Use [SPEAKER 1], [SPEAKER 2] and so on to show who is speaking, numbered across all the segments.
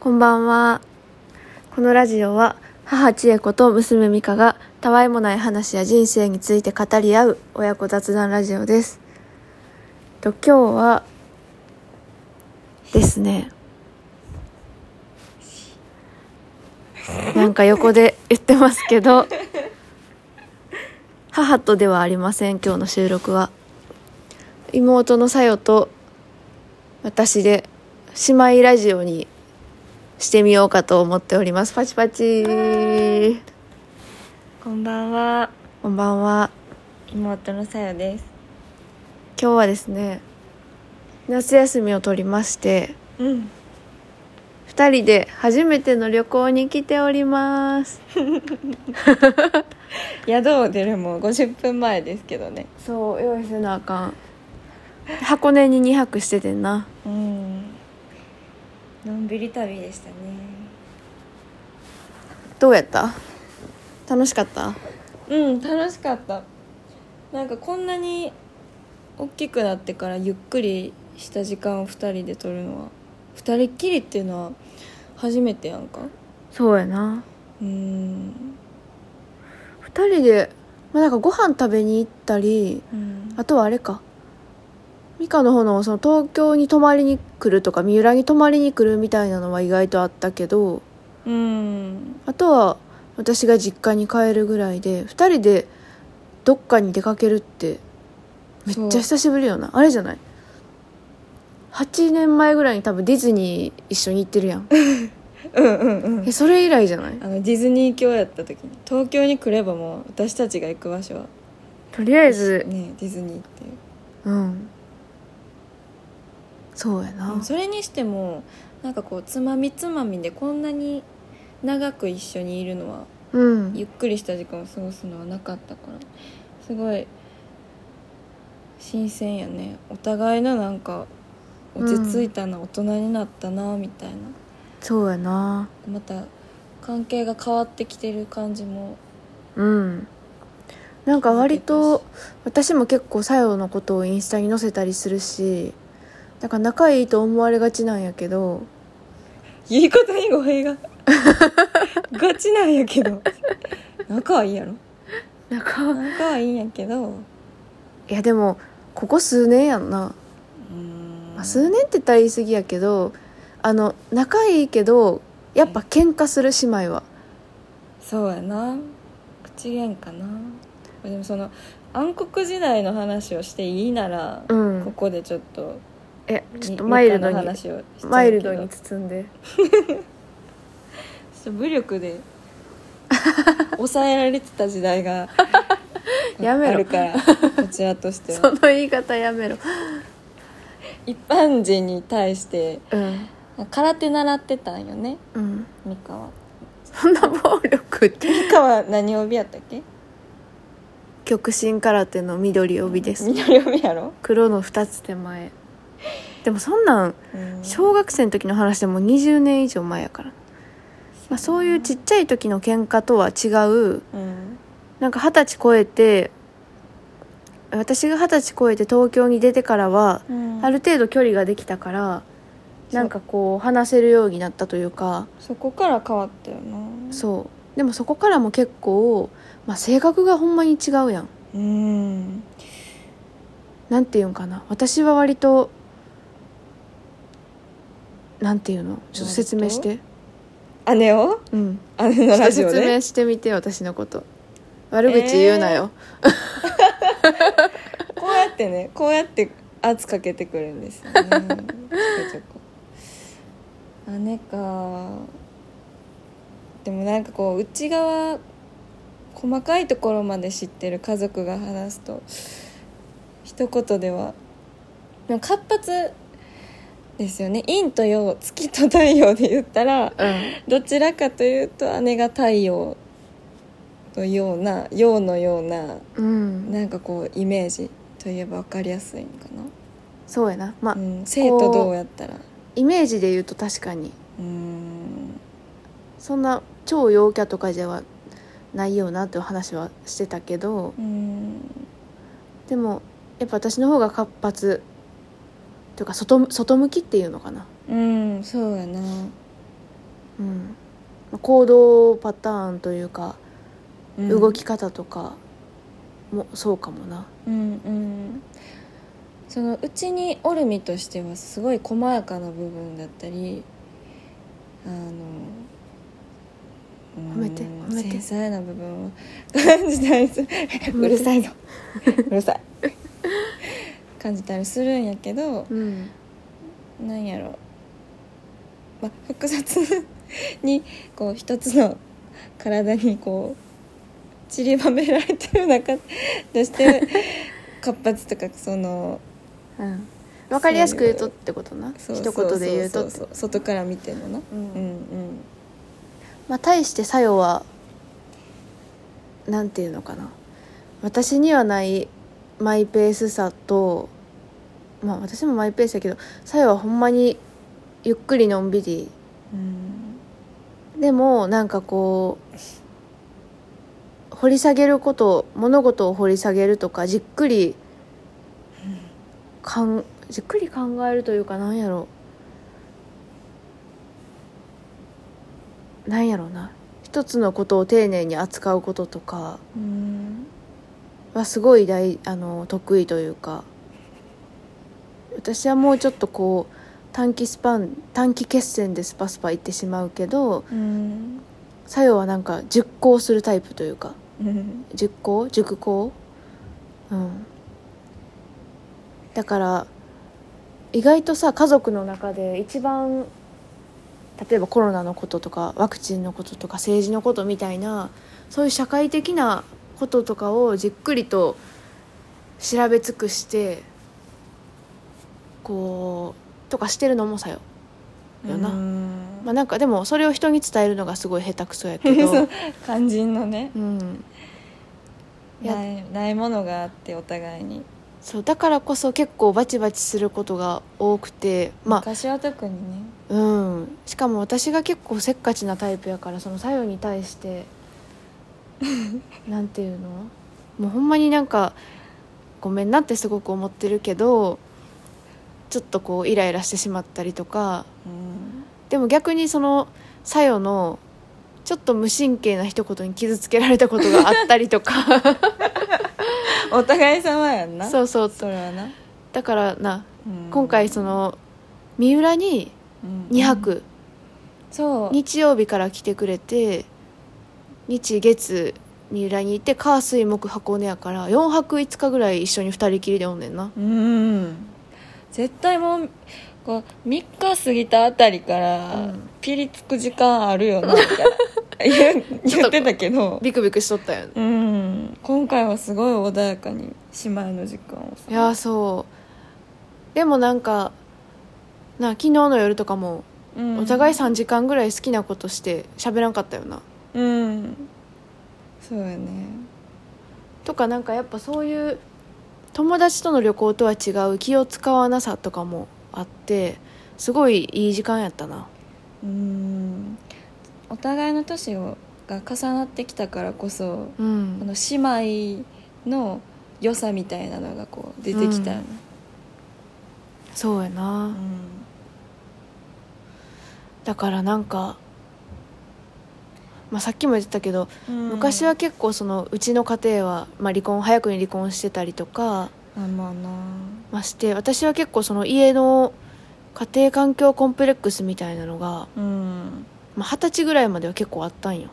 [SPEAKER 1] こんばんは。このラジオは母千恵子と娘美香がたわいもない話や人生について語り合う親子雑談ラジオです。と今日はですね。なんか横で言ってますけど、母とではありません今日の収録は。妹のさよと私で姉妹ラジオにしてみようかと思っておりますパチパチ
[SPEAKER 2] こんばんは
[SPEAKER 1] こんばんは
[SPEAKER 2] 妹のさよです
[SPEAKER 1] 今日はですね夏休みを取りまして
[SPEAKER 2] うん
[SPEAKER 1] 2人で初めての旅行に来ております
[SPEAKER 2] 宿を出るもう50分前ですけどね
[SPEAKER 1] そう用意せなあかん箱根に2泊しててんな
[SPEAKER 2] うんのんびり旅でしたね
[SPEAKER 1] どうやった楽しかった
[SPEAKER 2] うん楽しかったなんかこんなに大きくなってからゆっくりした時間を2人で撮るのは2人っきりっていうのは初めてやんか
[SPEAKER 1] そうやな
[SPEAKER 2] うん
[SPEAKER 1] 2人で、まあ、なんかご飯食べに行ったり
[SPEAKER 2] うん
[SPEAKER 1] あとはあれかミカの方のその東京に泊まりに来るとか三浦に泊まりに来るみたいなのは意外とあったけど
[SPEAKER 2] うん
[SPEAKER 1] あとは私が実家に帰るぐらいで2人でどっかに出かけるってめっちゃ久しぶりよなあれじゃない8年前ぐらいに多分ディズニー一緒に行ってるや ん
[SPEAKER 2] うんうんうん
[SPEAKER 1] えそれ以来じゃない
[SPEAKER 2] あのディズニー教やった時に東京に来ればもう私たちが行く場所は
[SPEAKER 1] とりあえず
[SPEAKER 2] ねディズニーっていう
[SPEAKER 1] うんそうやな
[SPEAKER 2] それにしてもなんかこうつまみつまみでこんなに長く一緒にいるのは
[SPEAKER 1] うん
[SPEAKER 2] ゆっくりした時間を過ごすのはなかったからすごい新鮮やねお互いのなんか落ち着いたな、大人になったなみたいな
[SPEAKER 1] そうやな
[SPEAKER 2] また関係が変わってきてる感じも
[SPEAKER 1] うんなんか割と私も結構さよのことをインスタに載せたりするしだから仲いいと思われがちなんやけど
[SPEAKER 2] 言い方に語弊 がガチなんやけど仲はいいやろ
[SPEAKER 1] 仲
[SPEAKER 2] 仲はいいんやけど
[SPEAKER 1] いやでもここ数年やんな、
[SPEAKER 2] うん
[SPEAKER 1] まあ、数年って言ったら言い過ぎやけどあの仲いいけどやっぱ喧嘩する姉妹は
[SPEAKER 2] そうやな口喧嘩なでもその暗黒時代の話をしていいなら、
[SPEAKER 1] う
[SPEAKER 2] こ
[SPEAKER 1] ん
[SPEAKER 2] こでちょっと
[SPEAKER 1] えちょっ
[SPEAKER 2] み
[SPEAKER 1] とマイルド
[SPEAKER 2] みかんの
[SPEAKER 1] に
[SPEAKER 2] 話をしちゃうけど
[SPEAKER 1] マイルドに
[SPEAKER 2] ちょ
[SPEAKER 1] 包んで
[SPEAKER 2] っと武力 で抑えられてた時代が
[SPEAKER 1] やめろ
[SPEAKER 2] あ るからこちらとして
[SPEAKER 1] そ
[SPEAKER 2] は
[SPEAKER 1] の言い方やめろ
[SPEAKER 2] 一般人に対して
[SPEAKER 1] うん
[SPEAKER 2] 空手習ってたんよね
[SPEAKER 1] うん
[SPEAKER 2] ミカは
[SPEAKER 1] そんな暴力って
[SPEAKER 2] ミカは何帯やったっけ
[SPEAKER 1] 極真空手の緑帯です
[SPEAKER 2] 緑帯やろ、
[SPEAKER 1] 黒の2つ手前でもそんなん
[SPEAKER 2] うん
[SPEAKER 1] 小学生の時の話でもう20年以上前やから、まあ、そういうちっちゃい時の喧嘩とは違う
[SPEAKER 2] うん
[SPEAKER 1] なんか二十歳超えて私が二十歳超えて東京に出てからは
[SPEAKER 2] うん
[SPEAKER 1] ある程度距離ができたからなんかこう話せるようになったというか
[SPEAKER 2] そこから変わったよな
[SPEAKER 1] そうでもそこからも結構、まあ、性格がほんまに違うやん
[SPEAKER 2] うん
[SPEAKER 1] なんていうんかな私は割となんていうのちょっと説明して
[SPEAKER 2] 姉を
[SPEAKER 1] うん
[SPEAKER 2] 姉
[SPEAKER 1] ちょ
[SPEAKER 2] の
[SPEAKER 1] っと
[SPEAKER 2] ラジオ
[SPEAKER 1] 説明
[SPEAKER 2] ね
[SPEAKER 1] してみて私のこと悪口言うなよ、
[SPEAKER 2] こうやってねこうやって圧かけてくるんですよねちょこちょこ姉かでもなんかこう内側細かいところまで知ってる家族が話すと一言ではでも活発ですよね陰と陽月と太陽で言ったら
[SPEAKER 1] うん
[SPEAKER 2] どちらかというと姉が太陽のような陽のような
[SPEAKER 1] うん、
[SPEAKER 2] なんかこうイメージといえば分かりやすいんか
[SPEAKER 1] そうやなまあ、
[SPEAKER 2] な、うん、生とどうやったら
[SPEAKER 1] イメージで言うと確かに
[SPEAKER 2] うーん
[SPEAKER 1] そんな超陽キャとかではないよなという話はしてたけど
[SPEAKER 2] うーん
[SPEAKER 1] でもやっぱ私の方が活発というか外外向きっていうのかな
[SPEAKER 2] うんそうやな
[SPEAKER 1] 行動パターンというか、
[SPEAKER 2] うん
[SPEAKER 1] 動き方とかもそうかもな
[SPEAKER 2] うんうんそのうちにおる身としてはすごい細やかな部分だったりあのうん
[SPEAKER 1] 褒めて褒めて
[SPEAKER 2] 繊細な部分を感じた りする
[SPEAKER 1] めて
[SPEAKER 2] うるさいぞ うるさい感じたりするんやけど
[SPEAKER 1] うん
[SPEAKER 2] なんやろ、まあ、複雑にこう一つの体にこう散りばめられてる中として活発とかその
[SPEAKER 1] うん分かりやすく言うとってことな
[SPEAKER 2] そう
[SPEAKER 1] 一言で言うと
[SPEAKER 2] そうそうそう外から見てもな、
[SPEAKER 1] う
[SPEAKER 2] うんん、うん
[SPEAKER 1] まあ対して作用はなんていうのかな私にはないマイペースさとまあ私もマイペースやけど作用はほんまにゆっくりのんびり
[SPEAKER 2] うん
[SPEAKER 1] でもなんかこう掘り下げること物事を掘り下げるとかじっくりかんじっくり考えるというかなんやろなんやろうな一つのことを丁寧に扱うこととか
[SPEAKER 2] うん
[SPEAKER 1] はすごい大あの得意というか私はもうちょっとこう短期スパン短期決戦でスパスパいってしまうけど
[SPEAKER 2] うん
[SPEAKER 1] 作用はなんか熟考するタイプというか
[SPEAKER 2] うん
[SPEAKER 1] 熟考熟考うんだから意外とさ家族の中で一番例えばコロナのこととかワクチンのこととか政治のことみたいなそういう社会的なこととかをじっくりと調べ尽くしてこうとかしてるのもさよ、よな
[SPEAKER 2] うん
[SPEAKER 1] まあ、なんかでもそれを人に伝えるのがすごい下手くそやけ
[SPEAKER 2] そ
[SPEAKER 1] ど
[SPEAKER 2] う、肝心のね
[SPEAKER 1] うん、いや
[SPEAKER 2] ないないものがあってお互いに、
[SPEAKER 1] そうだからこそ結構バチバチすることが多くてまあ
[SPEAKER 2] 昔は特にね
[SPEAKER 1] うんしかも私が結構せっかちなタイプやからその作用に対して なんていうのもうほんまになんかごめんなってすごく思ってるけどちょっとこうイライラしてしまったりとか
[SPEAKER 2] うん
[SPEAKER 1] でも逆にそのさよのちょっと無神経な一言に傷つけられたことがあったりとか
[SPEAKER 2] お互い様やん な
[SPEAKER 1] そうそう
[SPEAKER 2] それはな、
[SPEAKER 1] だからな
[SPEAKER 2] うん
[SPEAKER 1] 今回その三浦に2泊、
[SPEAKER 2] そう
[SPEAKER 1] 日曜日から来てくれて日月三浦に行って火水木箱根やから4泊5日ぐらい一緒に2人きりでおんねんな
[SPEAKER 2] うん絶対もうこう3日過ぎたあたりから、
[SPEAKER 1] うん
[SPEAKER 2] ピリつく時間あるよなみ たいな言う
[SPEAKER 1] ちょっ
[SPEAKER 2] 言
[SPEAKER 1] と
[SPEAKER 2] ってたけど
[SPEAKER 1] ビクビクしとったよね
[SPEAKER 2] うん今回はすごい穏やかに姉妹の時間をさ
[SPEAKER 1] いやーそうでもなんかな昨日の夜とかも
[SPEAKER 2] うん
[SPEAKER 1] お互い3時間ぐらい好きなことして喋らんかったよな、
[SPEAKER 2] うんそうやね
[SPEAKER 1] とかなんかやっぱそういう友達との旅行とは違う気を使わなさとかもあってすごいいい時間やったな
[SPEAKER 2] うんお互いの年をが重なってきたからこそ
[SPEAKER 1] うん
[SPEAKER 2] この姉妹の良さみたいなのがこう出てきたよね、
[SPEAKER 1] そうやな、
[SPEAKER 2] うん
[SPEAKER 1] だからなんか、まあ、さっきも言ってたけど、昔
[SPEAKER 2] 昔
[SPEAKER 1] は結構そのうちの家庭は、まあ、離婚早くに離婚してたりとか、
[SPEAKER 2] あまあな
[SPEAKER 1] まあ、して私は結構その家の家庭環境コンプレックスみたいなのが
[SPEAKER 2] うん
[SPEAKER 1] まあ二十、歳ぐらいまでは結構あったんよ、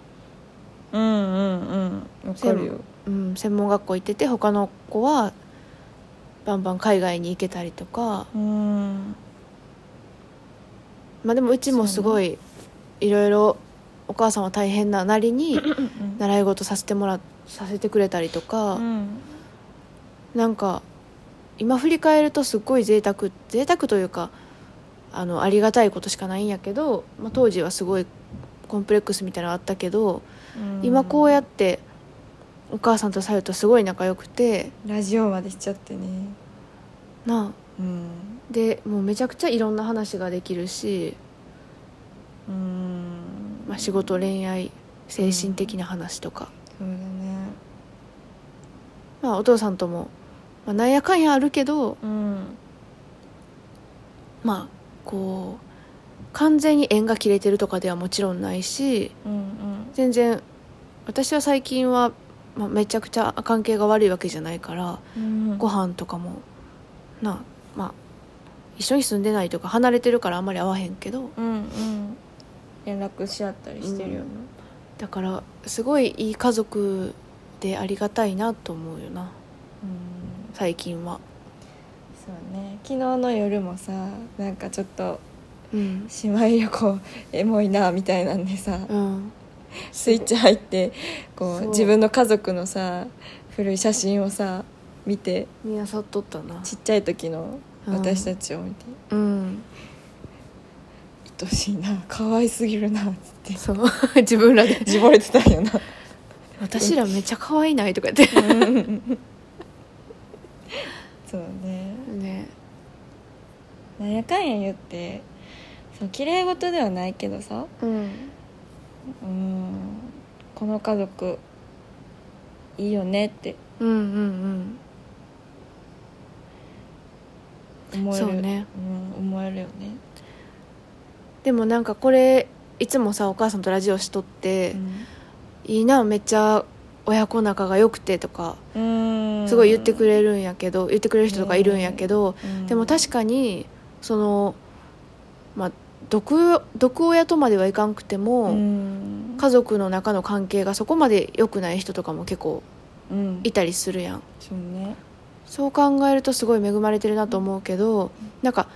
[SPEAKER 2] うんうんうんわかるよ
[SPEAKER 1] うん、専門学校行ってて他の子はバンバン海外に行けたりとか、
[SPEAKER 2] うん
[SPEAKER 1] まあ、でもうちもすごいいろいろお母さんは大変ななり に習い事させてもらさせてくれたりとか。
[SPEAKER 2] うん
[SPEAKER 1] なんか今振り返るとすっごい贅沢贅沢というかあのありがたいことしかないんやけど、まあ、当時はすごいコンプレックスみたいなのあったけど、今こうやってお母さんとさゆとすごい仲良くて
[SPEAKER 2] ラジオまでしちゃってね
[SPEAKER 1] な
[SPEAKER 2] うん
[SPEAKER 1] あでもうめちゃくちゃいろんな話ができるし、
[SPEAKER 2] うん
[SPEAKER 1] まあ、仕事恋愛精神的な話とか、
[SPEAKER 2] そうだね
[SPEAKER 1] まあ、お父さんとも、まあ、なんやかんやあるけど
[SPEAKER 2] うん
[SPEAKER 1] まあこう完全に縁が切れてるとかではもちろんないし
[SPEAKER 2] うん
[SPEAKER 1] 全然私は最近は、まあ、めちゃくちゃ関係が悪いわけじゃないから
[SPEAKER 2] うん
[SPEAKER 1] ご飯とかもなまあ一緒に住んでないとか離れてるからあんまり会わへんけど
[SPEAKER 2] うんうん連絡し合ったりしてるよね、
[SPEAKER 1] だからすごいいい家族でありがたいなと思うよな
[SPEAKER 2] うん
[SPEAKER 1] 最近は。
[SPEAKER 2] そうね昨日の夜もさなんかちょっと
[SPEAKER 1] うん
[SPEAKER 2] 姉妹旅行エモいなみたいなんでさ、
[SPEAKER 1] うん、
[SPEAKER 2] スイッチ入ってこ
[SPEAKER 1] そう
[SPEAKER 2] う自分の家族のさ古い写真をさ見て
[SPEAKER 1] 見あさっとったな
[SPEAKER 2] ちっちゃい時の私たちを見て
[SPEAKER 1] うん
[SPEAKER 2] 愛しいな可愛すぎるなって
[SPEAKER 1] そう 自分らで
[SPEAKER 2] 自ぼれてたんよな
[SPEAKER 1] 「私らめっちゃ可愛いない」とか言って
[SPEAKER 2] そうね
[SPEAKER 1] ね
[SPEAKER 2] なんやかんや言ってそう綺麗事ではないけどさ
[SPEAKER 1] うん
[SPEAKER 2] うんこの家族いいよねって
[SPEAKER 1] うんうんう
[SPEAKER 2] 思
[SPEAKER 1] ん
[SPEAKER 2] える
[SPEAKER 1] そうね
[SPEAKER 2] うん、思えるよね、
[SPEAKER 1] でもなんかこれいつもさお母さんとラジオしとって、いいなめっちゃ親子仲が良くてとか
[SPEAKER 2] うん
[SPEAKER 1] すごい言ってくれるんやけど、言ってくれる人とかいるんやけど、
[SPEAKER 2] うん
[SPEAKER 1] でも確かにそのまあ毒毒親とまではいかんくても、
[SPEAKER 2] うん
[SPEAKER 1] 家族の中の関係がそこまで良くない人とかも結構
[SPEAKER 2] うん
[SPEAKER 1] いたりするやん
[SPEAKER 2] そうね
[SPEAKER 1] そう考えるとすごい恵まれてるなと思うけどなんか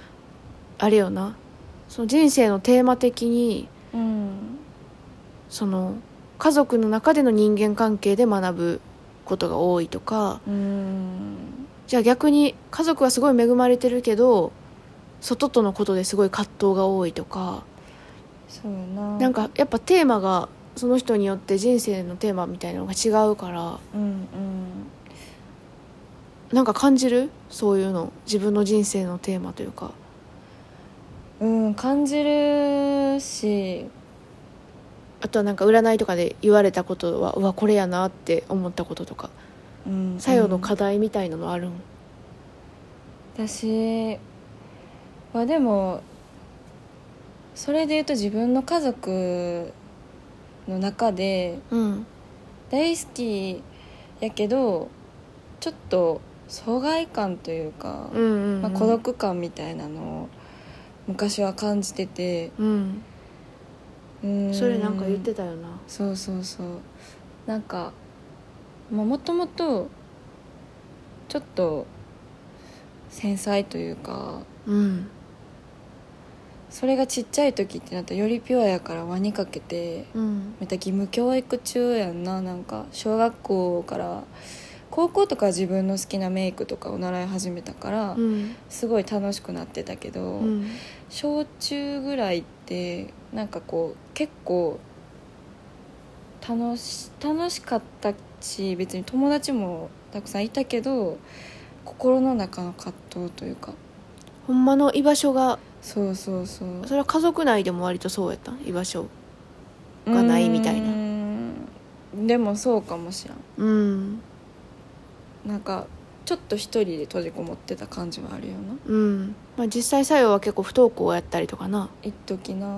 [SPEAKER 1] あれよなその人生のテーマ的に
[SPEAKER 2] うん
[SPEAKER 1] その家族の中での人間関係で学ぶことが多いとか
[SPEAKER 2] うん
[SPEAKER 1] じゃあ逆に家族はすごい恵まれてるけど外とのことですごい葛藤が多いとか
[SPEAKER 2] そうやな
[SPEAKER 1] なんかやっぱテーマがその人によって人生のテーマみたいなのが違うから
[SPEAKER 2] うんうん
[SPEAKER 1] なんか感じるそういうの自分の人生のテーマというか
[SPEAKER 2] うん感じるし
[SPEAKER 1] あとはなんか占いとかで言われたことはうわこれやなって思ったこととか
[SPEAKER 2] うん
[SPEAKER 1] 作用の課題みたいなのあるん
[SPEAKER 2] うん私はでもそれで言うと自分の家族の中で
[SPEAKER 1] うん
[SPEAKER 2] 大好きやけどちょっと疎外感というか、
[SPEAKER 1] うんうん
[SPEAKER 2] まあ、孤独感みたいなのを昔は感じてて
[SPEAKER 1] うん
[SPEAKER 2] うん
[SPEAKER 1] それなんか言ってたよな
[SPEAKER 2] そうそうそうなんかまあもともとちょっと繊細というか
[SPEAKER 1] うん
[SPEAKER 2] それがちっちゃい時ってなったらよりピュアやから輪にかけて
[SPEAKER 1] うん
[SPEAKER 2] また義務教育中やんななんか小学校から高校とかは自分の好きなメイクとかを習い始めたから、
[SPEAKER 1] うん
[SPEAKER 2] すごい楽しくなってたけど、
[SPEAKER 1] うん
[SPEAKER 2] 小中ぐらいってなんかこう結構楽し楽しかったし別に友達もたくさんいたけど心の中の葛藤というか
[SPEAKER 1] ほんまの居場所が
[SPEAKER 2] そうそうそう
[SPEAKER 1] それは家族内でも割とそうやったん居場所がないみたいな
[SPEAKER 2] うーんでもそうかもしら
[SPEAKER 1] う
[SPEAKER 2] ん
[SPEAKER 1] ん
[SPEAKER 2] なんかちょっと一人で閉じこもってた感じはあるよな
[SPEAKER 1] うんまあ実際作用は結構不登校やったりとかな
[SPEAKER 2] 一時な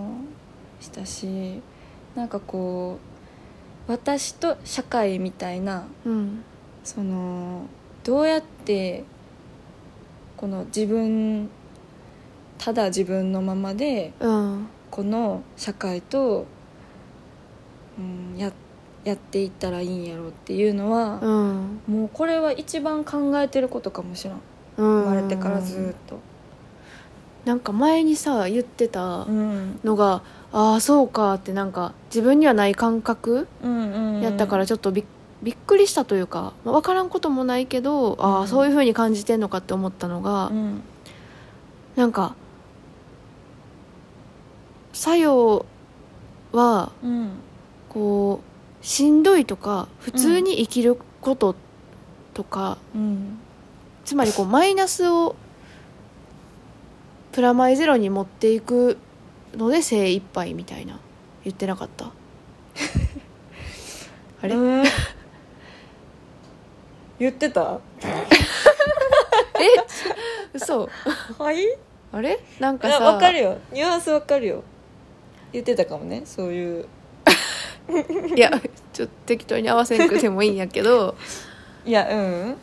[SPEAKER 2] したしなんかこう私と社会みたいな
[SPEAKER 1] うん
[SPEAKER 2] そのどうやってこの自分ただ自分のままで
[SPEAKER 1] うん
[SPEAKER 2] この社会と、うん、ややっていったらいいんやろうっていうの
[SPEAKER 1] う
[SPEAKER 2] は、
[SPEAKER 1] ん
[SPEAKER 2] もうこれは一番考えてることかもしれん
[SPEAKER 1] 生
[SPEAKER 2] 生まれてからずっと、
[SPEAKER 1] なんか前にさ言ってた
[SPEAKER 2] うん
[SPEAKER 1] のが、ああそうかってなんか自分にはない感覚
[SPEAKER 2] うんうんうん
[SPEAKER 1] やったからちょっとび,、びっくりしたというか、まあ、分からんこともないけど、あ
[SPEAKER 2] う
[SPEAKER 1] あ
[SPEAKER 2] ん
[SPEAKER 1] そういうふうに感じてんのかって思ったのが、
[SPEAKER 2] うん
[SPEAKER 1] なんか作用は
[SPEAKER 2] うん
[SPEAKER 1] こうしんどいとか普通に生きることとか、
[SPEAKER 2] うん
[SPEAKER 1] つまりこうマイナスをプラマイゼロに持っていくので精一杯みたいな言ってなかった あれ、
[SPEAKER 2] うん言ってた
[SPEAKER 1] 嘘
[SPEAKER 2] はい
[SPEAKER 1] あれなん
[SPEAKER 2] い
[SPEAKER 1] か
[SPEAKER 2] や
[SPEAKER 1] さ
[SPEAKER 2] わかるよニュアンスわかるよ言ってたかもねそういう
[SPEAKER 1] いやちょっと適当に合わせんくてもいいんやけ ど
[SPEAKER 2] いやうん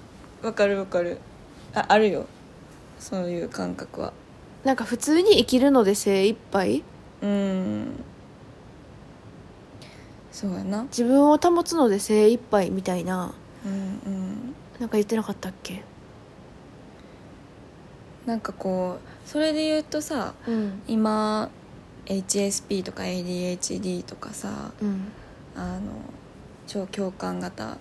[SPEAKER 2] わかるわかるああるよそういう感覚は
[SPEAKER 1] なんか普通に生きるので精一杯
[SPEAKER 2] うんそうやな
[SPEAKER 1] 自分を保つので精一杯みたいな
[SPEAKER 2] うんうん
[SPEAKER 1] なんか言ってなかったっけ
[SPEAKER 2] なんかこうそれで言うとさ
[SPEAKER 1] うん
[SPEAKER 2] 今 HSP とか ADHD とかさ
[SPEAKER 1] うん
[SPEAKER 2] あの超共感型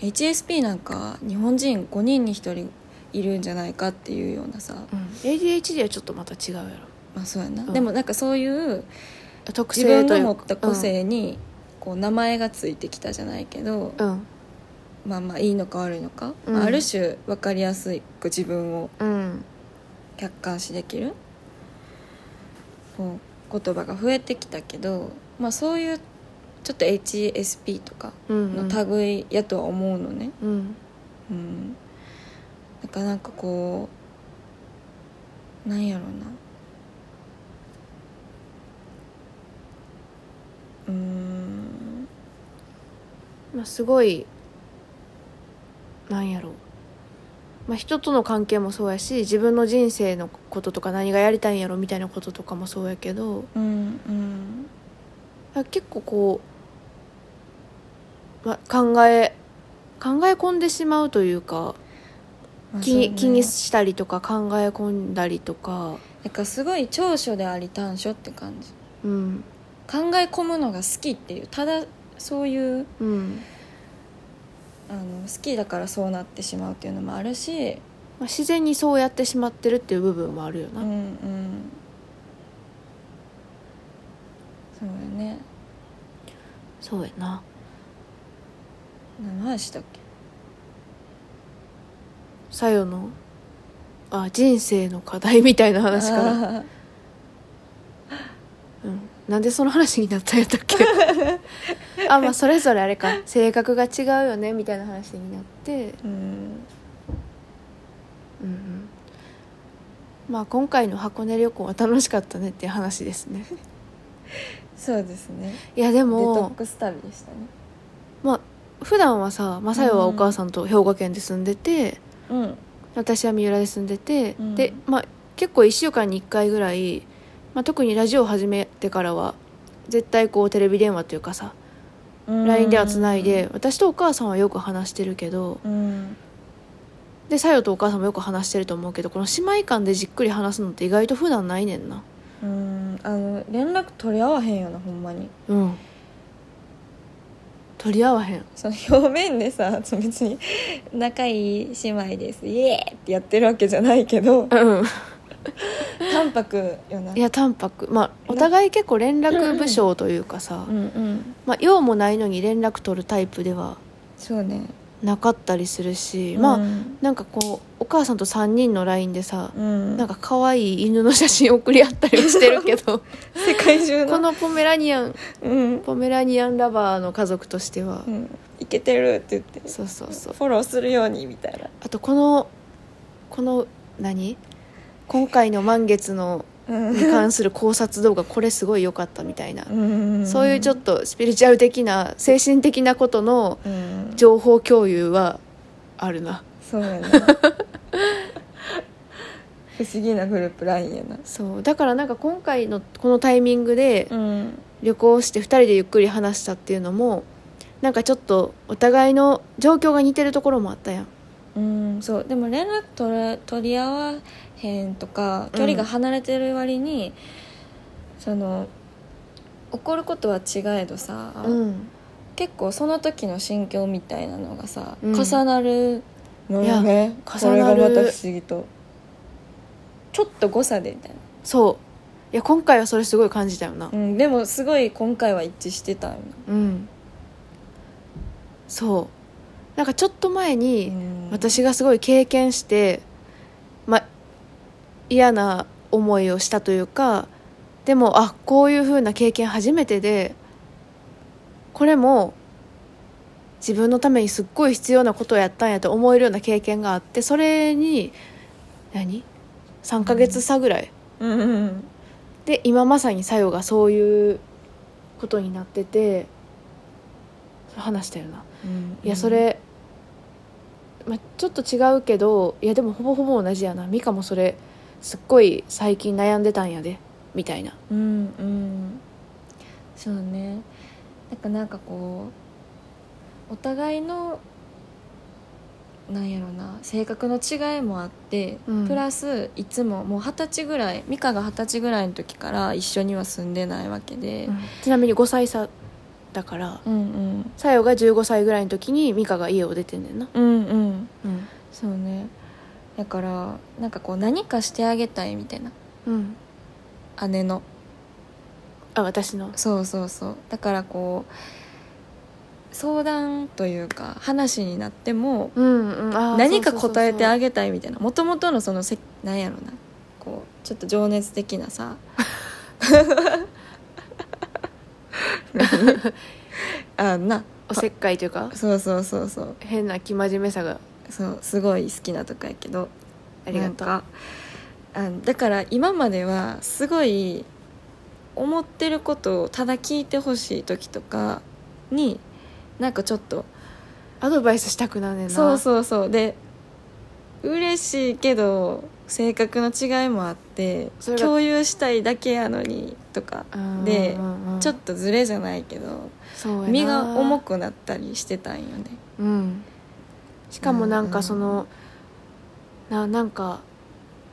[SPEAKER 2] HSP なんか日本人5人に1人いるんじゃないかっていうようなさ、
[SPEAKER 1] うん ADHD はちょっとまた違うやろ
[SPEAKER 2] まあそうやな、
[SPEAKER 1] うん
[SPEAKER 2] でもなんかそういう
[SPEAKER 1] 特
[SPEAKER 2] 自分
[SPEAKER 1] 性と
[SPEAKER 2] の
[SPEAKER 1] いう
[SPEAKER 2] 持った個性にこう名前がついてきたじゃないけど、
[SPEAKER 1] うん
[SPEAKER 2] まあまあいいのか悪いのか、
[SPEAKER 1] うん
[SPEAKER 2] まあ、ある種分かりやすく自分を
[SPEAKER 1] うん
[SPEAKER 2] 客観視できるこう言葉が増えてきたけど、まあ、そういうちょっと HSP とか
[SPEAKER 1] うんう
[SPEAKER 2] の
[SPEAKER 1] ん
[SPEAKER 2] 類やとは思うのね。
[SPEAKER 1] うん
[SPEAKER 2] うん、なんかなんかこうなんやろうなうーん
[SPEAKER 1] まあすごいなんやろうまあ人との関係もそうやし自分の人生のこととか何がやりたいんやろみたいなこととかもそうやけど
[SPEAKER 2] うんうん
[SPEAKER 1] あ結構こう、まあ、考え考え込んでしまうというか
[SPEAKER 2] まあ
[SPEAKER 1] 気,、
[SPEAKER 2] そうね
[SPEAKER 1] 気にしたりとか考え込んだりとか、
[SPEAKER 2] なんかすごい長所であり短所って感じ
[SPEAKER 1] うん
[SPEAKER 2] 考え込むのが好きっていうただそういう
[SPEAKER 1] うん
[SPEAKER 2] あの好きだからそうなってしまうっていうのもあるし
[SPEAKER 1] まあ、自然にそうやってしまってるっていう部分もあるよ
[SPEAKER 2] う
[SPEAKER 1] な。
[SPEAKER 2] んうんそうだね
[SPEAKER 1] そうやな
[SPEAKER 2] 何話したっけ
[SPEAKER 1] さよのあ人生の課題みたいな話から。
[SPEAKER 2] ら
[SPEAKER 1] うん、なんでその話になったんやったっけあまあそれぞれあれか性格が違うよねみたいな話になって、
[SPEAKER 2] うん
[SPEAKER 1] うんうん、まあ今回の箱根旅行は楽しかったねっていう話ですね
[SPEAKER 2] そうですね
[SPEAKER 1] いやで
[SPEAKER 2] デトッ
[SPEAKER 1] も
[SPEAKER 2] クス旅でしたね
[SPEAKER 1] まあ普段はさ雅代はお母さんと兵庫県で住んでて、
[SPEAKER 2] うん
[SPEAKER 1] 私は三浦で住んでて、
[SPEAKER 2] うん
[SPEAKER 1] でまあ結構1週間に1回ぐらい、まあ、特にラジオを始めてからは絶対こうテレビ電話というかさ LINE ではつないで私とお母さんはよく話してるけど
[SPEAKER 2] うん
[SPEAKER 1] でさよとお母さんもよく話してると思うけどこの姉妹間でじっくり話すのって意外と普段ないねんな
[SPEAKER 2] うんあの連絡取り合わへんよなほんまに
[SPEAKER 1] うん取り合わへん
[SPEAKER 2] その表面でさ その別に「仲いい姉妹ですイエー!」ってやってるわけじゃないけど
[SPEAKER 1] うん
[SPEAKER 2] 淡白よない
[SPEAKER 1] や淡白まあお互い結構連絡武将というかさ
[SPEAKER 2] う、んうん
[SPEAKER 1] まあ、用もないのに連絡取るタイプでは
[SPEAKER 2] そうね
[SPEAKER 1] なかったりするし、まあ
[SPEAKER 2] うん
[SPEAKER 1] なんかこうお母さんと3人の LINE でさ、
[SPEAKER 2] うん
[SPEAKER 1] なんか可愛い犬の写真送り合ったりもしてるけ ど
[SPEAKER 2] 世界中の
[SPEAKER 1] このポメラニアン
[SPEAKER 2] うん
[SPEAKER 1] ポメラニアンラバーの家族としては、
[SPEAKER 2] うんいけてるって言って
[SPEAKER 1] そうそうそう
[SPEAKER 2] フォローするようにみたいな
[SPEAKER 1] あとこのこの何今回の満月の
[SPEAKER 2] うん
[SPEAKER 1] に関する考察動画これすごい良かったみたいな、
[SPEAKER 2] うん
[SPEAKER 1] そういうちょっとスピリチュアル的な精神的なことの
[SPEAKER 2] うん
[SPEAKER 1] 情報共有はあるな
[SPEAKER 2] そう やな不思議なグループラインやな
[SPEAKER 1] そうだからなんか今回のこのタイミングで
[SPEAKER 2] うん
[SPEAKER 1] 旅行して2人でゆっくり話したっていうのもなんかちょっとお互いの状況が似てるところもあったやん
[SPEAKER 2] うんそうでも連絡取れ取り合わへんとか距離が離れてる割に、その怒ることは違えどさ、
[SPEAKER 1] うん
[SPEAKER 2] 結構その時の心境みたいなのがさ、
[SPEAKER 1] うん
[SPEAKER 2] 重なるのよ
[SPEAKER 1] い
[SPEAKER 2] ね
[SPEAKER 1] や
[SPEAKER 2] こ
[SPEAKER 1] 重
[SPEAKER 2] れが
[SPEAKER 1] な
[SPEAKER 2] ま
[SPEAKER 1] る
[SPEAKER 2] た不思議とちょっと誤差でみたい
[SPEAKER 1] そういや今回はそれすごい感じたよな
[SPEAKER 2] な、うん、でもすごい今回は一致してたよ
[SPEAKER 1] うんそうなんかちょっと前
[SPEAKER 2] な、う
[SPEAKER 1] に
[SPEAKER 2] ん、
[SPEAKER 1] 私がすごい経験して、ま、嫌な思いをしたというかでもあこういう風な経験初めてでこれも自分のためにすっごい必要なことをやったんやと思えるような経験があってそれに何3ヶ月差ぐらい
[SPEAKER 2] うんうん
[SPEAKER 1] で今まさにさよがそういうことになっててそれ話したよな
[SPEAKER 2] うん
[SPEAKER 1] いやそれ、まあ、ちょっと違うけどいやでもほぼほぼ同じやな美香もそれすっごい最近悩んでたんやでみたいな
[SPEAKER 2] うんうんそうねなんかなんかこうお互いのなんやろな性格の違いもあって、
[SPEAKER 1] うん
[SPEAKER 2] プラスいつももう二十歳ぐらい美香が二十歳ぐらいの時から一緒には住んでないわけで、
[SPEAKER 1] ちなみに5歳差だから
[SPEAKER 2] うん、うん
[SPEAKER 1] さよが15歳ぐらいの時に美香が家を出てんねんな、
[SPEAKER 2] うんうん
[SPEAKER 1] うん
[SPEAKER 2] そうねだからなんかこう何かしてあげたいみたいな姉の
[SPEAKER 1] あ私の
[SPEAKER 2] そうそうそうだからこう相談というか話になっても
[SPEAKER 1] うんうんあー
[SPEAKER 2] 何か答えてあ
[SPEAKER 1] そうそうそうそう
[SPEAKER 2] げたいみたいなもともとのそのせなんやろなこうちょっと情熱的 なさ あな
[SPEAKER 1] おせっかいというか
[SPEAKER 2] そうそうそうそう
[SPEAKER 1] 変な生真面目さが
[SPEAKER 2] そうすごい好きなとこやけど
[SPEAKER 1] ありがとう
[SPEAKER 2] なんかあだから今まではすごい思ってることをただ聞いてほしい時とかになんかちょっと
[SPEAKER 1] アドバイスしたくなんねんな
[SPEAKER 2] そうそうそうで嬉しいけど性格の違いもあって
[SPEAKER 1] それが
[SPEAKER 2] 共有したいだけやのにとか
[SPEAKER 1] うん
[SPEAKER 2] で
[SPEAKER 1] うんうん
[SPEAKER 2] ちょっとズレじゃないけど
[SPEAKER 1] そうやな
[SPEAKER 2] 身が重くなったりしてたんよね
[SPEAKER 1] うんしかもなんかその、ななんか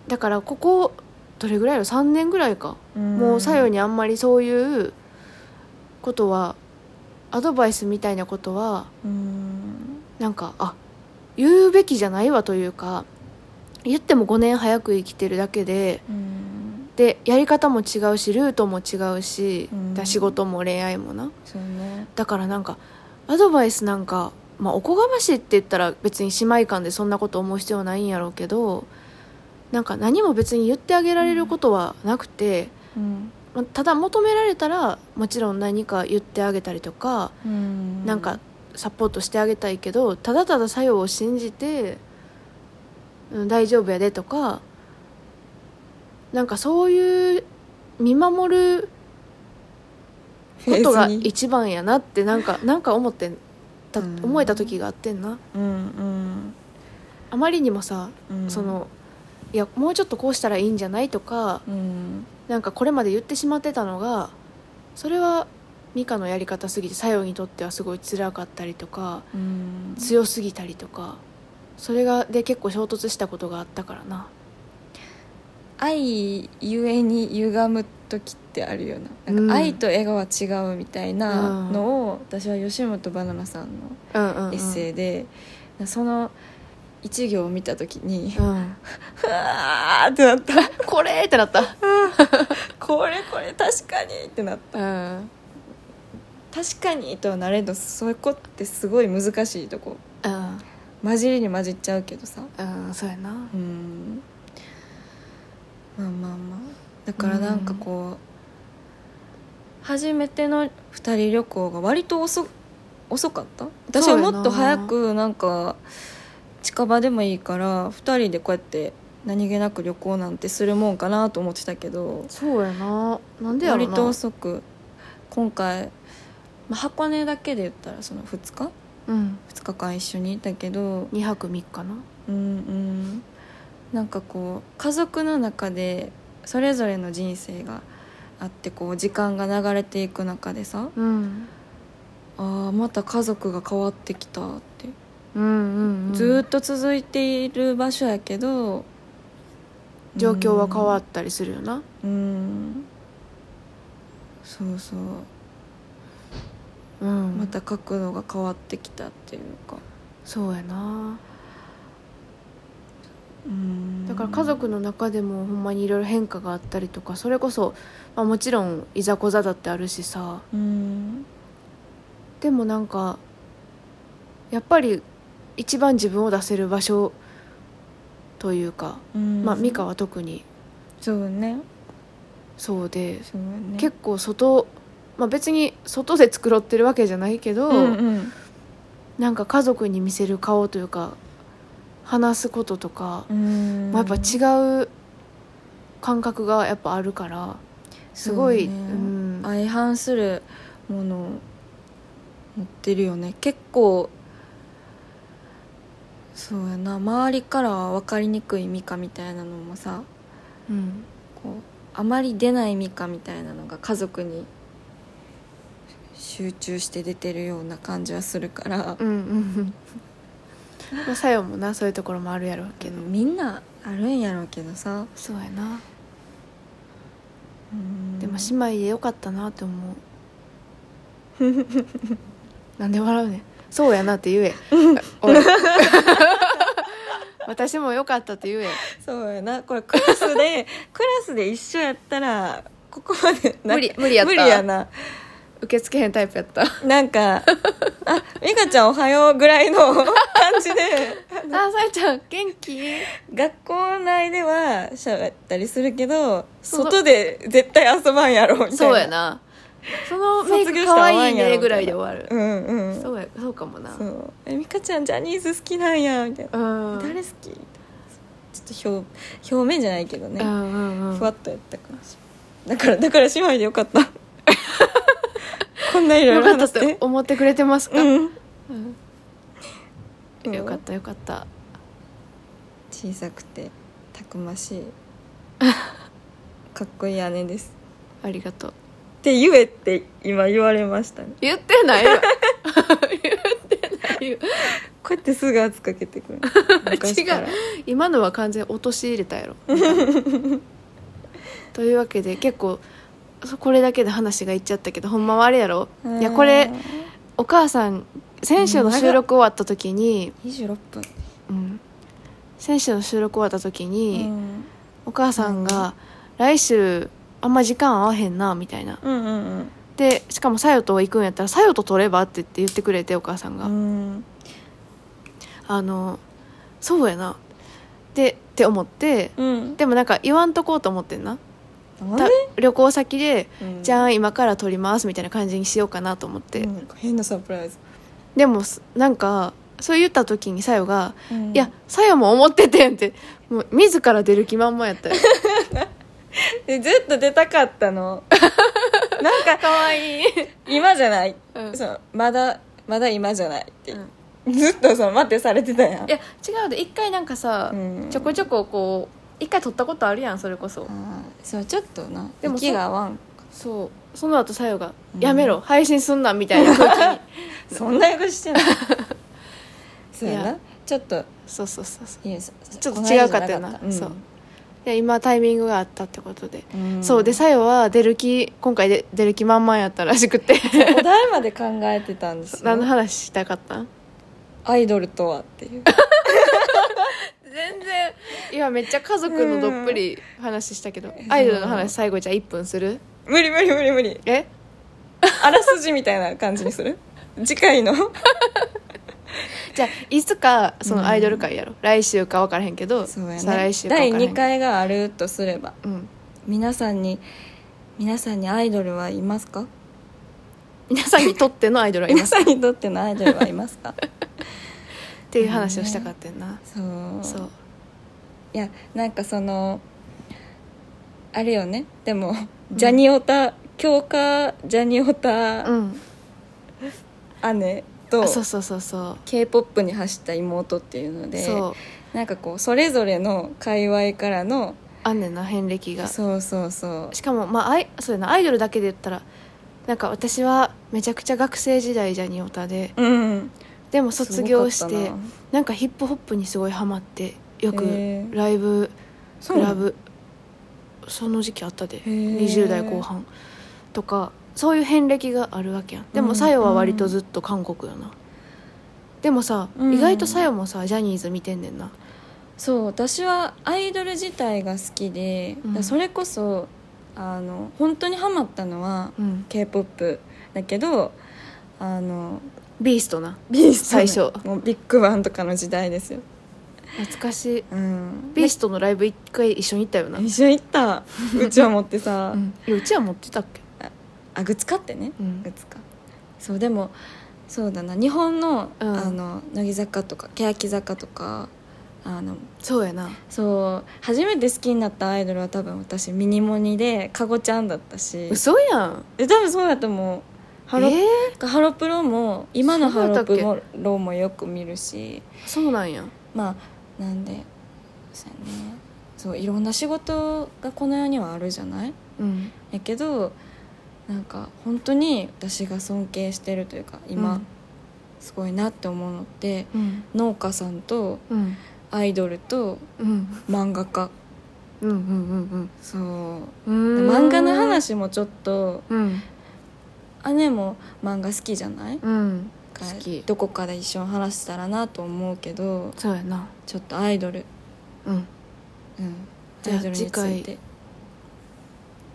[SPEAKER 1] だからここどれぐらいの3年ぐらいか、もうさよにあんまりそういうことはアドバイスみたいなことは
[SPEAKER 2] うん
[SPEAKER 1] なんかあ言うべきじゃないわというか言っても5年早く生きてるだけで
[SPEAKER 2] うん
[SPEAKER 1] でやり方も違うしルートも違うし、
[SPEAKER 2] うん
[SPEAKER 1] だ仕事も恋愛もな
[SPEAKER 2] そうね
[SPEAKER 1] だからなんかアドバイスなんか、まあ、おこがましいって言ったら別に姉妹間でそんなこと思う必要はないんやろうけどなんか何も別に言ってあげられることはなくて、
[SPEAKER 2] うん
[SPEAKER 1] まあただ求められたらもちろん何か言ってあげたりとか、
[SPEAKER 2] な
[SPEAKER 1] なんかサポートしてあげたいけどただただ作用を信じて、うん、大丈夫やでとかなんかそういう見守ることが一番やなってなんかなんか思ってんた
[SPEAKER 2] うん
[SPEAKER 1] 思えた時があってんな
[SPEAKER 2] うん
[SPEAKER 1] あまりにもさ、
[SPEAKER 2] うん
[SPEAKER 1] そのいやもうちょっとこうしたらいいんじゃないとか
[SPEAKER 2] うん
[SPEAKER 1] なんかこれまで言ってしまってたのがそれはミカのやり方すぎて作用にとってはすごい辛かったりとか
[SPEAKER 2] うん
[SPEAKER 1] 強すぎたりとかそれがで結構衝突したことがあったからな
[SPEAKER 2] 愛ゆえに歪む時ってあるよななんか
[SPEAKER 1] うん
[SPEAKER 2] 愛と笑顔は違うみたいなのを、私は吉本ばななさんの
[SPEAKER 1] うんうん、うん、
[SPEAKER 2] エッセイで、その一行を見た時に
[SPEAKER 1] うん
[SPEAKER 2] 「ふわーってなった
[SPEAKER 1] これってなった
[SPEAKER 2] 「これこれ確かに!」ってなった
[SPEAKER 1] うん
[SPEAKER 2] 「確かに!」とはなれどそこってすごい難しいとこ
[SPEAKER 1] うん
[SPEAKER 2] 混じりに混じっちゃうけどさ
[SPEAKER 1] うんそうやな
[SPEAKER 2] うんまあまあまあだからなんかこう、初めての2人旅行が割と遅遅かった私
[SPEAKER 1] そ
[SPEAKER 2] は
[SPEAKER 1] うやな
[SPEAKER 2] もっと早くなんか近場でもいいから2人でこうやって何気なく旅行なんてするもんかなと思ってたけど
[SPEAKER 1] そうやななんでやろ
[SPEAKER 2] 割
[SPEAKER 1] な
[SPEAKER 2] と遅く今回、まあ、箱根だけで言ったらその2日
[SPEAKER 1] うん
[SPEAKER 2] 2日間一緒にいたけど
[SPEAKER 1] 2泊3日な
[SPEAKER 2] うんうんなんかこう家族の中でそれぞれの人生があってこう時間が流れていく中でさ
[SPEAKER 1] うん
[SPEAKER 2] あーまた家族が変わってきたって、
[SPEAKER 1] うんうん、うん、
[SPEAKER 2] ずーっと続いている場所やけど
[SPEAKER 1] 状況は変わ
[SPEAKER 2] っ
[SPEAKER 1] ったりするよな
[SPEAKER 2] うんそうそう
[SPEAKER 1] うん
[SPEAKER 2] また角度が変わってきたっていうか
[SPEAKER 1] そうやな
[SPEAKER 2] うん
[SPEAKER 1] だから家族の中でもほんまにいろいろ変化があったりとかそれこそ、まあ、もちろんいざこざだってあるしさ
[SPEAKER 2] うん
[SPEAKER 1] でもなんかやっぱり一番自分を出せる場所というか、
[SPEAKER 2] うん
[SPEAKER 1] まあ美香は特に
[SPEAKER 2] そうね
[SPEAKER 1] そうで
[SPEAKER 2] そうね
[SPEAKER 1] 結構外、まあ、別に外で繕ってるわけじゃないけど、
[SPEAKER 2] うんうん
[SPEAKER 1] なんか家族に見せる顔というか話すこととか、
[SPEAKER 2] うん
[SPEAKER 1] まあやっぱ違う感覚がやっぱあるからすごい、
[SPEAKER 2] そううね
[SPEAKER 1] ん、
[SPEAKER 2] 相反するものを持ってるよね結構そうやな周りからは分かりにくいミカみたいなのもさ
[SPEAKER 1] うん
[SPEAKER 2] こうあまり出ないミカみたいなのが家族に集中して出てるような感じはするから
[SPEAKER 1] う、ん うんまあ作用もなそういうところもあるやろうけど、
[SPEAKER 2] みんなあるんやろうけどさ、
[SPEAKER 1] そうやな
[SPEAKER 2] うん
[SPEAKER 1] でも姉妹でよかったなって 思うなんで笑うねんそうやなって 言えおい 私もよかったって言え
[SPEAKER 2] そうやなこれクラスで クラスで一緒やったらここまでな
[SPEAKER 1] 無理無理やった
[SPEAKER 2] 無理やな
[SPEAKER 1] 受け付けへんタイプやったあ
[SPEAKER 2] な んか「あ美香ちゃんおはよう」ぐらいの 感じで
[SPEAKER 1] さやちゃん元気
[SPEAKER 2] 学校内では喋ったりするけど
[SPEAKER 1] そう
[SPEAKER 2] 外で絶対遊ばんやろみたいな
[SPEAKER 1] そうやなそのメイ
[SPEAKER 2] 卒業
[SPEAKER 1] ク
[SPEAKER 2] したら
[SPEAKER 1] 可
[SPEAKER 2] 終わ
[SPEAKER 1] 愛
[SPEAKER 2] ん
[SPEAKER 1] い
[SPEAKER 2] やろ
[SPEAKER 1] ねぐらいで終わる、
[SPEAKER 2] うんうんそう
[SPEAKER 1] そうやそうかもなう
[SPEAKER 2] え美香ちゃんジャニーズ好きなんやみたいな、
[SPEAKER 1] ん
[SPEAKER 2] 誰好きちょっと表表面じゃないけどね、
[SPEAKER 1] うんうんうん
[SPEAKER 2] ふわっとやったかもしれないだからだから姉妹でよかった こんないろい
[SPEAKER 1] よ
[SPEAKER 2] ろ
[SPEAKER 1] かった
[SPEAKER 2] 話
[SPEAKER 1] っ
[SPEAKER 2] して
[SPEAKER 1] て思ってくれてますか、
[SPEAKER 2] うんうん
[SPEAKER 1] よかったよかった
[SPEAKER 2] 小さくてたくましいかっこいい姉です
[SPEAKER 1] ありがとう
[SPEAKER 2] って言えって今言われましたね
[SPEAKER 1] 言ってない よ言ってないよ
[SPEAKER 2] こうやってすぐ圧かけてくる昔から
[SPEAKER 1] 違う今のは完全に落とし入れたやろ というわけで結構そこれだけで話がいっちゃったけどほんまはあれやろいやこれお母さん先週の収録終わった時に、
[SPEAKER 2] 26分
[SPEAKER 1] うん、先週の収録終わった時に、
[SPEAKER 2] うん
[SPEAKER 1] お母さんが「来週あんま時間合わへんな」みたいな
[SPEAKER 2] うんうん
[SPEAKER 1] でしかもさよと行くんやったら「さよと取れば?」って言って言ってくれてお母さん
[SPEAKER 2] う
[SPEAKER 1] が、
[SPEAKER 2] んうん
[SPEAKER 1] あのそうやなでって思って
[SPEAKER 2] うん
[SPEAKER 1] でもなんか言わんとこうと思ってんな
[SPEAKER 2] なん
[SPEAKER 1] た旅行先で、
[SPEAKER 2] うん
[SPEAKER 1] じゃあ今から撮りますみたいな感じにしようかなと思って、
[SPEAKER 2] うん変なサプライズ
[SPEAKER 1] でもすなんかそう言った時にさよが「
[SPEAKER 2] うん
[SPEAKER 1] いやさよも思っててん」ってもう自ら出る気満々やったよ
[SPEAKER 2] でずっと出たかった のなん か
[SPEAKER 1] かわいい、
[SPEAKER 2] 今じゃない、
[SPEAKER 1] うん
[SPEAKER 2] そのまだまだ今じゃないって、
[SPEAKER 1] うん
[SPEAKER 2] ずっとその待ってされてたやん
[SPEAKER 1] いや違うで一回なんかさ、
[SPEAKER 2] うん
[SPEAKER 1] ちょこちょここう一回撮ったことあるやんそれこそ、
[SPEAKER 2] あーそうちょっとな
[SPEAKER 1] でも
[SPEAKER 2] 息が合わん
[SPEAKER 1] そうその後さよが
[SPEAKER 2] う
[SPEAKER 1] 「
[SPEAKER 2] ん
[SPEAKER 1] やめろ配信すんな」みたいな空気に
[SPEAKER 2] そんな汚し てないそうや
[SPEAKER 1] い
[SPEAKER 2] な
[SPEAKER 1] や
[SPEAKER 2] ちょっと
[SPEAKER 1] そうそうそうそう
[SPEAKER 2] いやそ
[SPEAKER 1] ちょっと
[SPEAKER 2] この間
[SPEAKER 1] 違うかったよな
[SPEAKER 2] じゃ
[SPEAKER 1] そういや今タイミングがあったってことで、
[SPEAKER 2] うん
[SPEAKER 1] そうでさよは出る気今回で出る気満々やったらしくて
[SPEAKER 2] お題まで考えてたんで す
[SPEAKER 1] 何の
[SPEAKER 2] よ
[SPEAKER 1] 話したかったん
[SPEAKER 2] アイドルとはっていう
[SPEAKER 1] 全然今めっちゃ家族のどっぷり話したけど、アイドルの話最後じゃあ1分する
[SPEAKER 2] 無理無理無理無理
[SPEAKER 1] え
[SPEAKER 2] あらすじみたいな感じに する次回の
[SPEAKER 1] じゃあいつかそのアイドル会やろ、来週か分からへんけど
[SPEAKER 2] そうや
[SPEAKER 1] 再
[SPEAKER 2] ね
[SPEAKER 1] 来週か分
[SPEAKER 2] 第
[SPEAKER 1] からへん
[SPEAKER 2] 2回があるとすれば
[SPEAKER 1] うん
[SPEAKER 2] 皆さんに皆さんにアイドルはいますか
[SPEAKER 1] 皆さんにとってのアイドルはいま
[SPEAKER 2] 皆
[SPEAKER 1] す
[SPEAKER 2] さんにとってのアイドルはいますか
[SPEAKER 1] っていう話をしたかったよな、
[SPEAKER 2] そう
[SPEAKER 1] そう
[SPEAKER 2] いやなんかそのあれよねでもジャニオタ、強化ジャニオ
[SPEAKER 1] う
[SPEAKER 2] タ
[SPEAKER 1] ん
[SPEAKER 2] 姉
[SPEAKER 1] あ
[SPEAKER 2] と
[SPEAKER 1] そうそうそうそ
[SPEAKER 2] k p o p に走った妹っていうの
[SPEAKER 1] う
[SPEAKER 2] で
[SPEAKER 1] そう
[SPEAKER 2] なんかこうそれぞれの界隈からの
[SPEAKER 1] あんねんな遍歴が
[SPEAKER 2] そうそうそう
[SPEAKER 1] しかもまあアイそうやなアイドルだけで言ったらなんか私はめちゃくちゃ学生時代ジャニオタで
[SPEAKER 2] うん
[SPEAKER 1] でも卒業して
[SPEAKER 2] すごかったな
[SPEAKER 1] なんかヒップホップにすごいハマってよく
[SPEAKER 2] へー
[SPEAKER 1] ライブ
[SPEAKER 2] そ
[SPEAKER 1] ク
[SPEAKER 2] うな
[SPEAKER 1] ラ
[SPEAKER 2] の
[SPEAKER 1] ブその時期あったで
[SPEAKER 2] ー
[SPEAKER 1] 20代後半とかそういう遍歴があるわけやんで
[SPEAKER 2] うん
[SPEAKER 1] もさよは割とずっと韓国よなでもさ
[SPEAKER 2] うん
[SPEAKER 1] 意外とさよもさジャニーズ見てんねんな
[SPEAKER 2] そう私はアイドル自体が好きで、
[SPEAKER 1] うん
[SPEAKER 2] だからそれこそあの本当にハマったのは
[SPEAKER 1] うん
[SPEAKER 2] k p o p だけどあの
[SPEAKER 1] ビーストな
[SPEAKER 2] ビー ス
[SPEAKER 1] 最初
[SPEAKER 2] もうビッグバンとかの時代ですよ、
[SPEAKER 1] 懐かしい
[SPEAKER 2] うん、
[SPEAKER 1] ビーストのライブ一回一緒に行ったよな、
[SPEAKER 2] 一緒に行ったうちは持って さ、
[SPEAKER 1] うん、いやうちは持ってたっけ
[SPEAKER 2] あグッズ買ってね、
[SPEAKER 1] うん
[SPEAKER 2] グッズ買そうでもそうだな日本の,、
[SPEAKER 1] うん
[SPEAKER 2] あの乃木坂とか欅坂とかあの
[SPEAKER 1] そうやな
[SPEAKER 2] そう初めて好きになったアイドルは多分私ミニモニでかごちゃんだったし
[SPEAKER 1] 嘘やん
[SPEAKER 2] え多分そうだと思うハロ,、
[SPEAKER 1] え
[SPEAKER 2] ハロプロも今の
[SPEAKER 1] そ
[SPEAKER 2] ハ
[SPEAKER 1] うだ
[SPEAKER 2] ロ
[SPEAKER 1] ったっけ
[SPEAKER 2] プロもよく見るし
[SPEAKER 1] ーそうなんや
[SPEAKER 2] まあなんでそうやねそういろんな仕事がこの世にはあるじゃない
[SPEAKER 1] うん
[SPEAKER 2] やけどなんか本当に私が尊敬してるというか今、
[SPEAKER 1] うん
[SPEAKER 2] すごいなって思うのって
[SPEAKER 1] うん
[SPEAKER 2] 農家さんと
[SPEAKER 1] うん
[SPEAKER 2] アイドルと
[SPEAKER 1] うん
[SPEAKER 2] 漫画家
[SPEAKER 1] うんうん
[SPEAKER 2] そう
[SPEAKER 1] うんう
[SPEAKER 2] で
[SPEAKER 1] ん
[SPEAKER 2] 漫画の話もちょっと
[SPEAKER 1] うん
[SPEAKER 2] 姉も漫画好きじゃない
[SPEAKER 1] うん
[SPEAKER 2] か
[SPEAKER 1] 好き
[SPEAKER 2] どこかで一緒に話したらなと思うけど
[SPEAKER 1] そうやな
[SPEAKER 2] ちょっとアイドル、
[SPEAKER 1] うん
[SPEAKER 2] うん、
[SPEAKER 1] じ
[SPEAKER 2] ア
[SPEAKER 1] ゃあ
[SPEAKER 2] イドルについ
[SPEAKER 1] 次
[SPEAKER 2] て
[SPEAKER 1] 回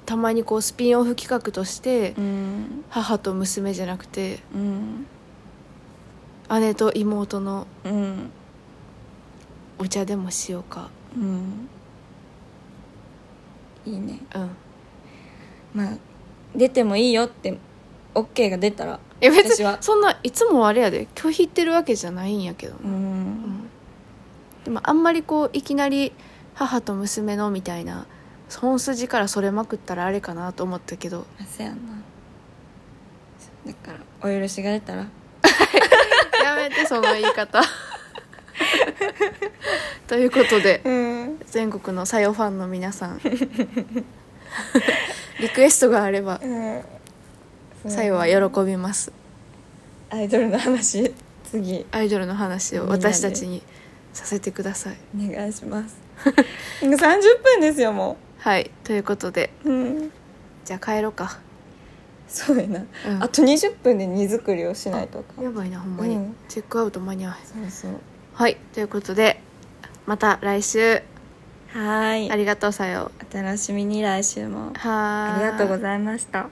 [SPEAKER 1] たまにこうスピンオフ企画として
[SPEAKER 2] うん
[SPEAKER 1] 母と娘じゃなくて
[SPEAKER 2] うん
[SPEAKER 1] 姉と妹の
[SPEAKER 2] うん
[SPEAKER 1] お茶でもしようか
[SPEAKER 2] うんいいね
[SPEAKER 1] うん
[SPEAKER 2] まあ出てもいいよって OK が出たら
[SPEAKER 1] いや別
[SPEAKER 2] 私
[SPEAKER 1] に
[SPEAKER 2] は
[SPEAKER 1] そんないつもあれやで拒否ってるわけじゃないんやけどな
[SPEAKER 2] う
[SPEAKER 1] うんんでもあんまりこういきなり母と娘のみたいな本筋からそれまくったらあれかなと思ったけど
[SPEAKER 2] まあそうやんなだからお許しが出たら
[SPEAKER 1] やめてその言い 方ということで
[SPEAKER 2] うん
[SPEAKER 1] 全国のさよファンの皆さん リクエストがあればさよは喜びます
[SPEAKER 2] アイドルの話 次
[SPEAKER 1] アイドルの話を私たちにさせてください
[SPEAKER 2] お願いします もう30分ですよも
[SPEAKER 1] はいということで
[SPEAKER 2] う、うん、
[SPEAKER 1] じゃあ帰ろうか、
[SPEAKER 2] そうやな、
[SPEAKER 1] うん
[SPEAKER 2] あと20分で荷造りをしないとか
[SPEAKER 1] やばいなほんまに、
[SPEAKER 2] うん
[SPEAKER 1] チェックアウト間に合わへん
[SPEAKER 2] そうそう
[SPEAKER 1] はいということでまた来週
[SPEAKER 2] はーい
[SPEAKER 1] ありがとうさよ
[SPEAKER 2] お楽しみに来週も
[SPEAKER 1] うは
[SPEAKER 2] あ
[SPEAKER 1] ーい
[SPEAKER 2] りがとうございました